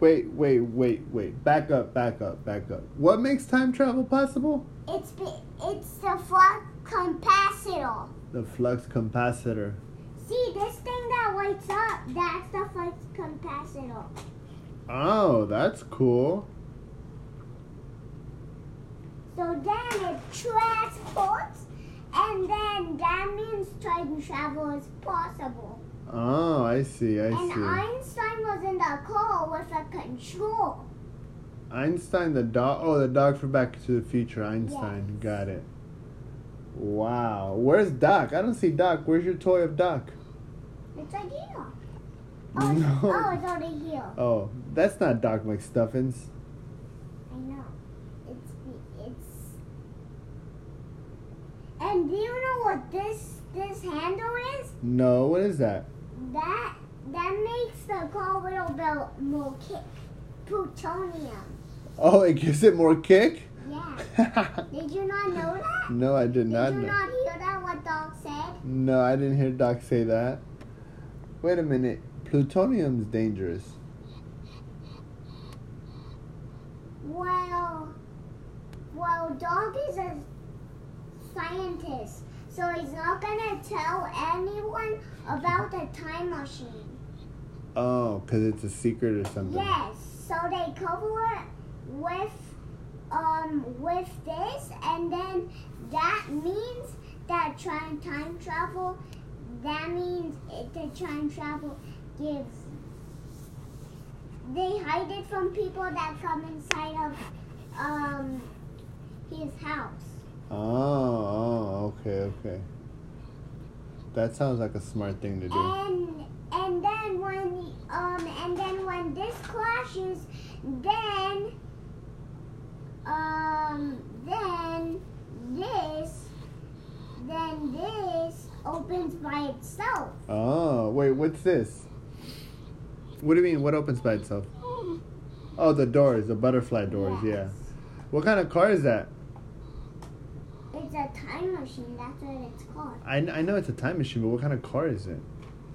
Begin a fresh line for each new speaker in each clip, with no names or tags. wait, wait, wait, wait. Back up, back up, back up. What makes time travel possible?
It's be- it's the flux capacitor.
The flux capacitor.
See this thing that lights up? That's the flux capacitor.
Oh, that's cool.
So then it transports, and then that means time travel is possible.
Oh, I see, I
and
see.
Einstein was in the car with a control.
Einstein, the dog. Oh, the dog from Back to the Future. Einstein.
Yes.
Got it. Wow. Where's Doc? I don't see Doc. Where's your toy of Doc?
It's right here. Oh,
No.
it's- oh, it's over here.
Oh, that's not Doc McStuffins.
I know. It's it's. And do you know what this this handle is?
No, what is that?
That that makes the car a little bit more kick. Plutonium.
Oh, it gives it more kick?
Yeah. Did you not know that?
no, I did
Did
not
you
know.
not hear that what dog said?
No, I didn't hear Doc say that. Wait a minute. Plutonium's dangerous.
Well, well, dog is a scientist, so he's not gonna tell anyone about the time machine.
Oh, because it's a secret or something.
Yes, so they cover it with um with this and then that means that trying time travel that means it, the time travel gives they hide it from people that come inside of um his house.
Oh, oh, okay, okay. That sounds like a smart thing to
Uh.
do.
And and then when um and then when this clashes, then um then this then this opens by itself.
Oh, wait, what's this? What do you mean? What opens by itself? Oh, the doors, the butterfly doors, yeah. What kind of car is that?
yeah. It's a time machine. That's what it's called.
I, I know it's a time machine, but what kind of car is it?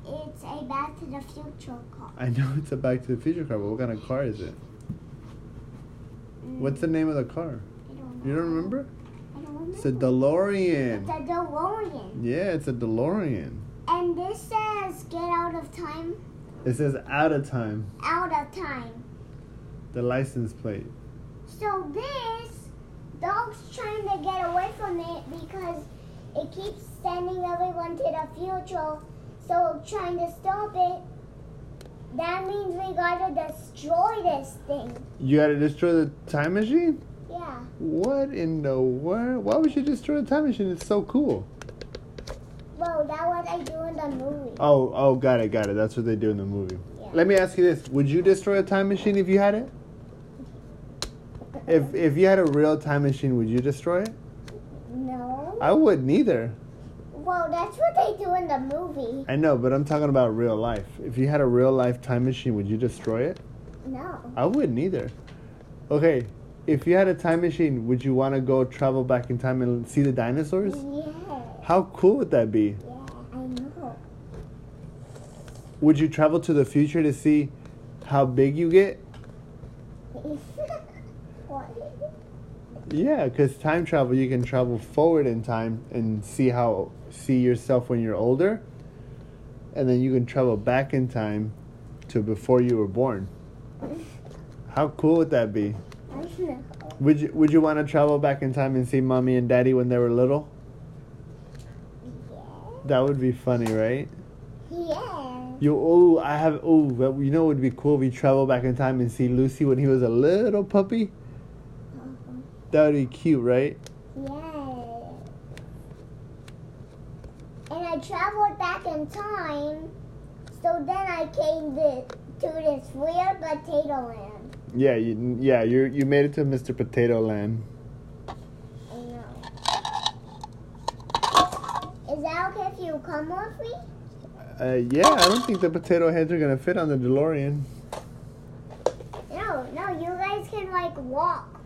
It's a Back to the Future car.
I know it's a Back to the Future car, but what kind of car is it?
Mm,
What's the name of the car?
I don't
You
know.
don't remember?
I don't remember.
It's a
It's
DeLorean.
a DeLorean.
Yeah, it's a DeLorean.
And this says get out of time,
It says out of time,
out of time.
the license plate.
So this dog's trying to get away from it because it keeps sending everyone to the future. So trying to stop it. That means we gotta destroy this thing.
You gotta destroy the time machine?
Yeah.
What in the world? Why would you destroy the time machine? It's so cool.
Well, that what I do in the movie.
Oh, oh, got it, got it. That's what they do in the movie.
Yeah.
Let me ask you this: Would you destroy a time machine if you had it? If if you had a real time machine, would you destroy it?
No.
I wouldn't either.
Well, that's what they do in the movie.
I know, but I'm talking about real life. If you had a real life time machine, would you destroy it?
No.
I wouldn't either. Okay, if you had a time machine, would you want to go travel back in time and see the dinosaurs?
Yeah.
How cool would that be?
Yeah, I know.
Would you travel to the future to see how big you get?
what?
Yeah, because time travel, you can travel forward in time and see how see yourself when you're older, and then you can travel back in time to before you were born. How cool would that be?
I know.
Would you Would you want to travel back in time and see mommy and daddy when they were little? That would be funny, right?
Yeah.
You oh, I have oh, well, you know it would be cool if you travel back in time and see Lucy when he was a little puppy.
Yeah.
That would be cute, right?
Yeah. And I traveled back in time, so then I came to, to this weird potato land.
Yeah, you, yeah, you you made it to Mr. Potato Land.
I know. Is that okay if you come with me?
Uh, yeah, I don't think the potato heads are gonna fit on the DeLorean.
No, no, you guys can like walk.